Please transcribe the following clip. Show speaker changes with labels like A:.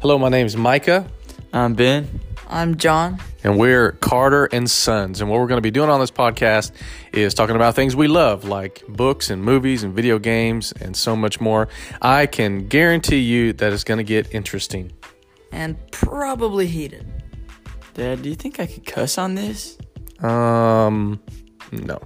A: Hello, my name is Micah,
B: I'm Ben.
C: I'm John.
A: and we're Carter and Sons. And what we're going to be doing on this podcast is talking about things we love, like books and movies and video games and so much more. I can guarantee you that it's going to get interesting.
C: And probably heated.
B: Dad, do you think I could cuss on this?
A: Um, no.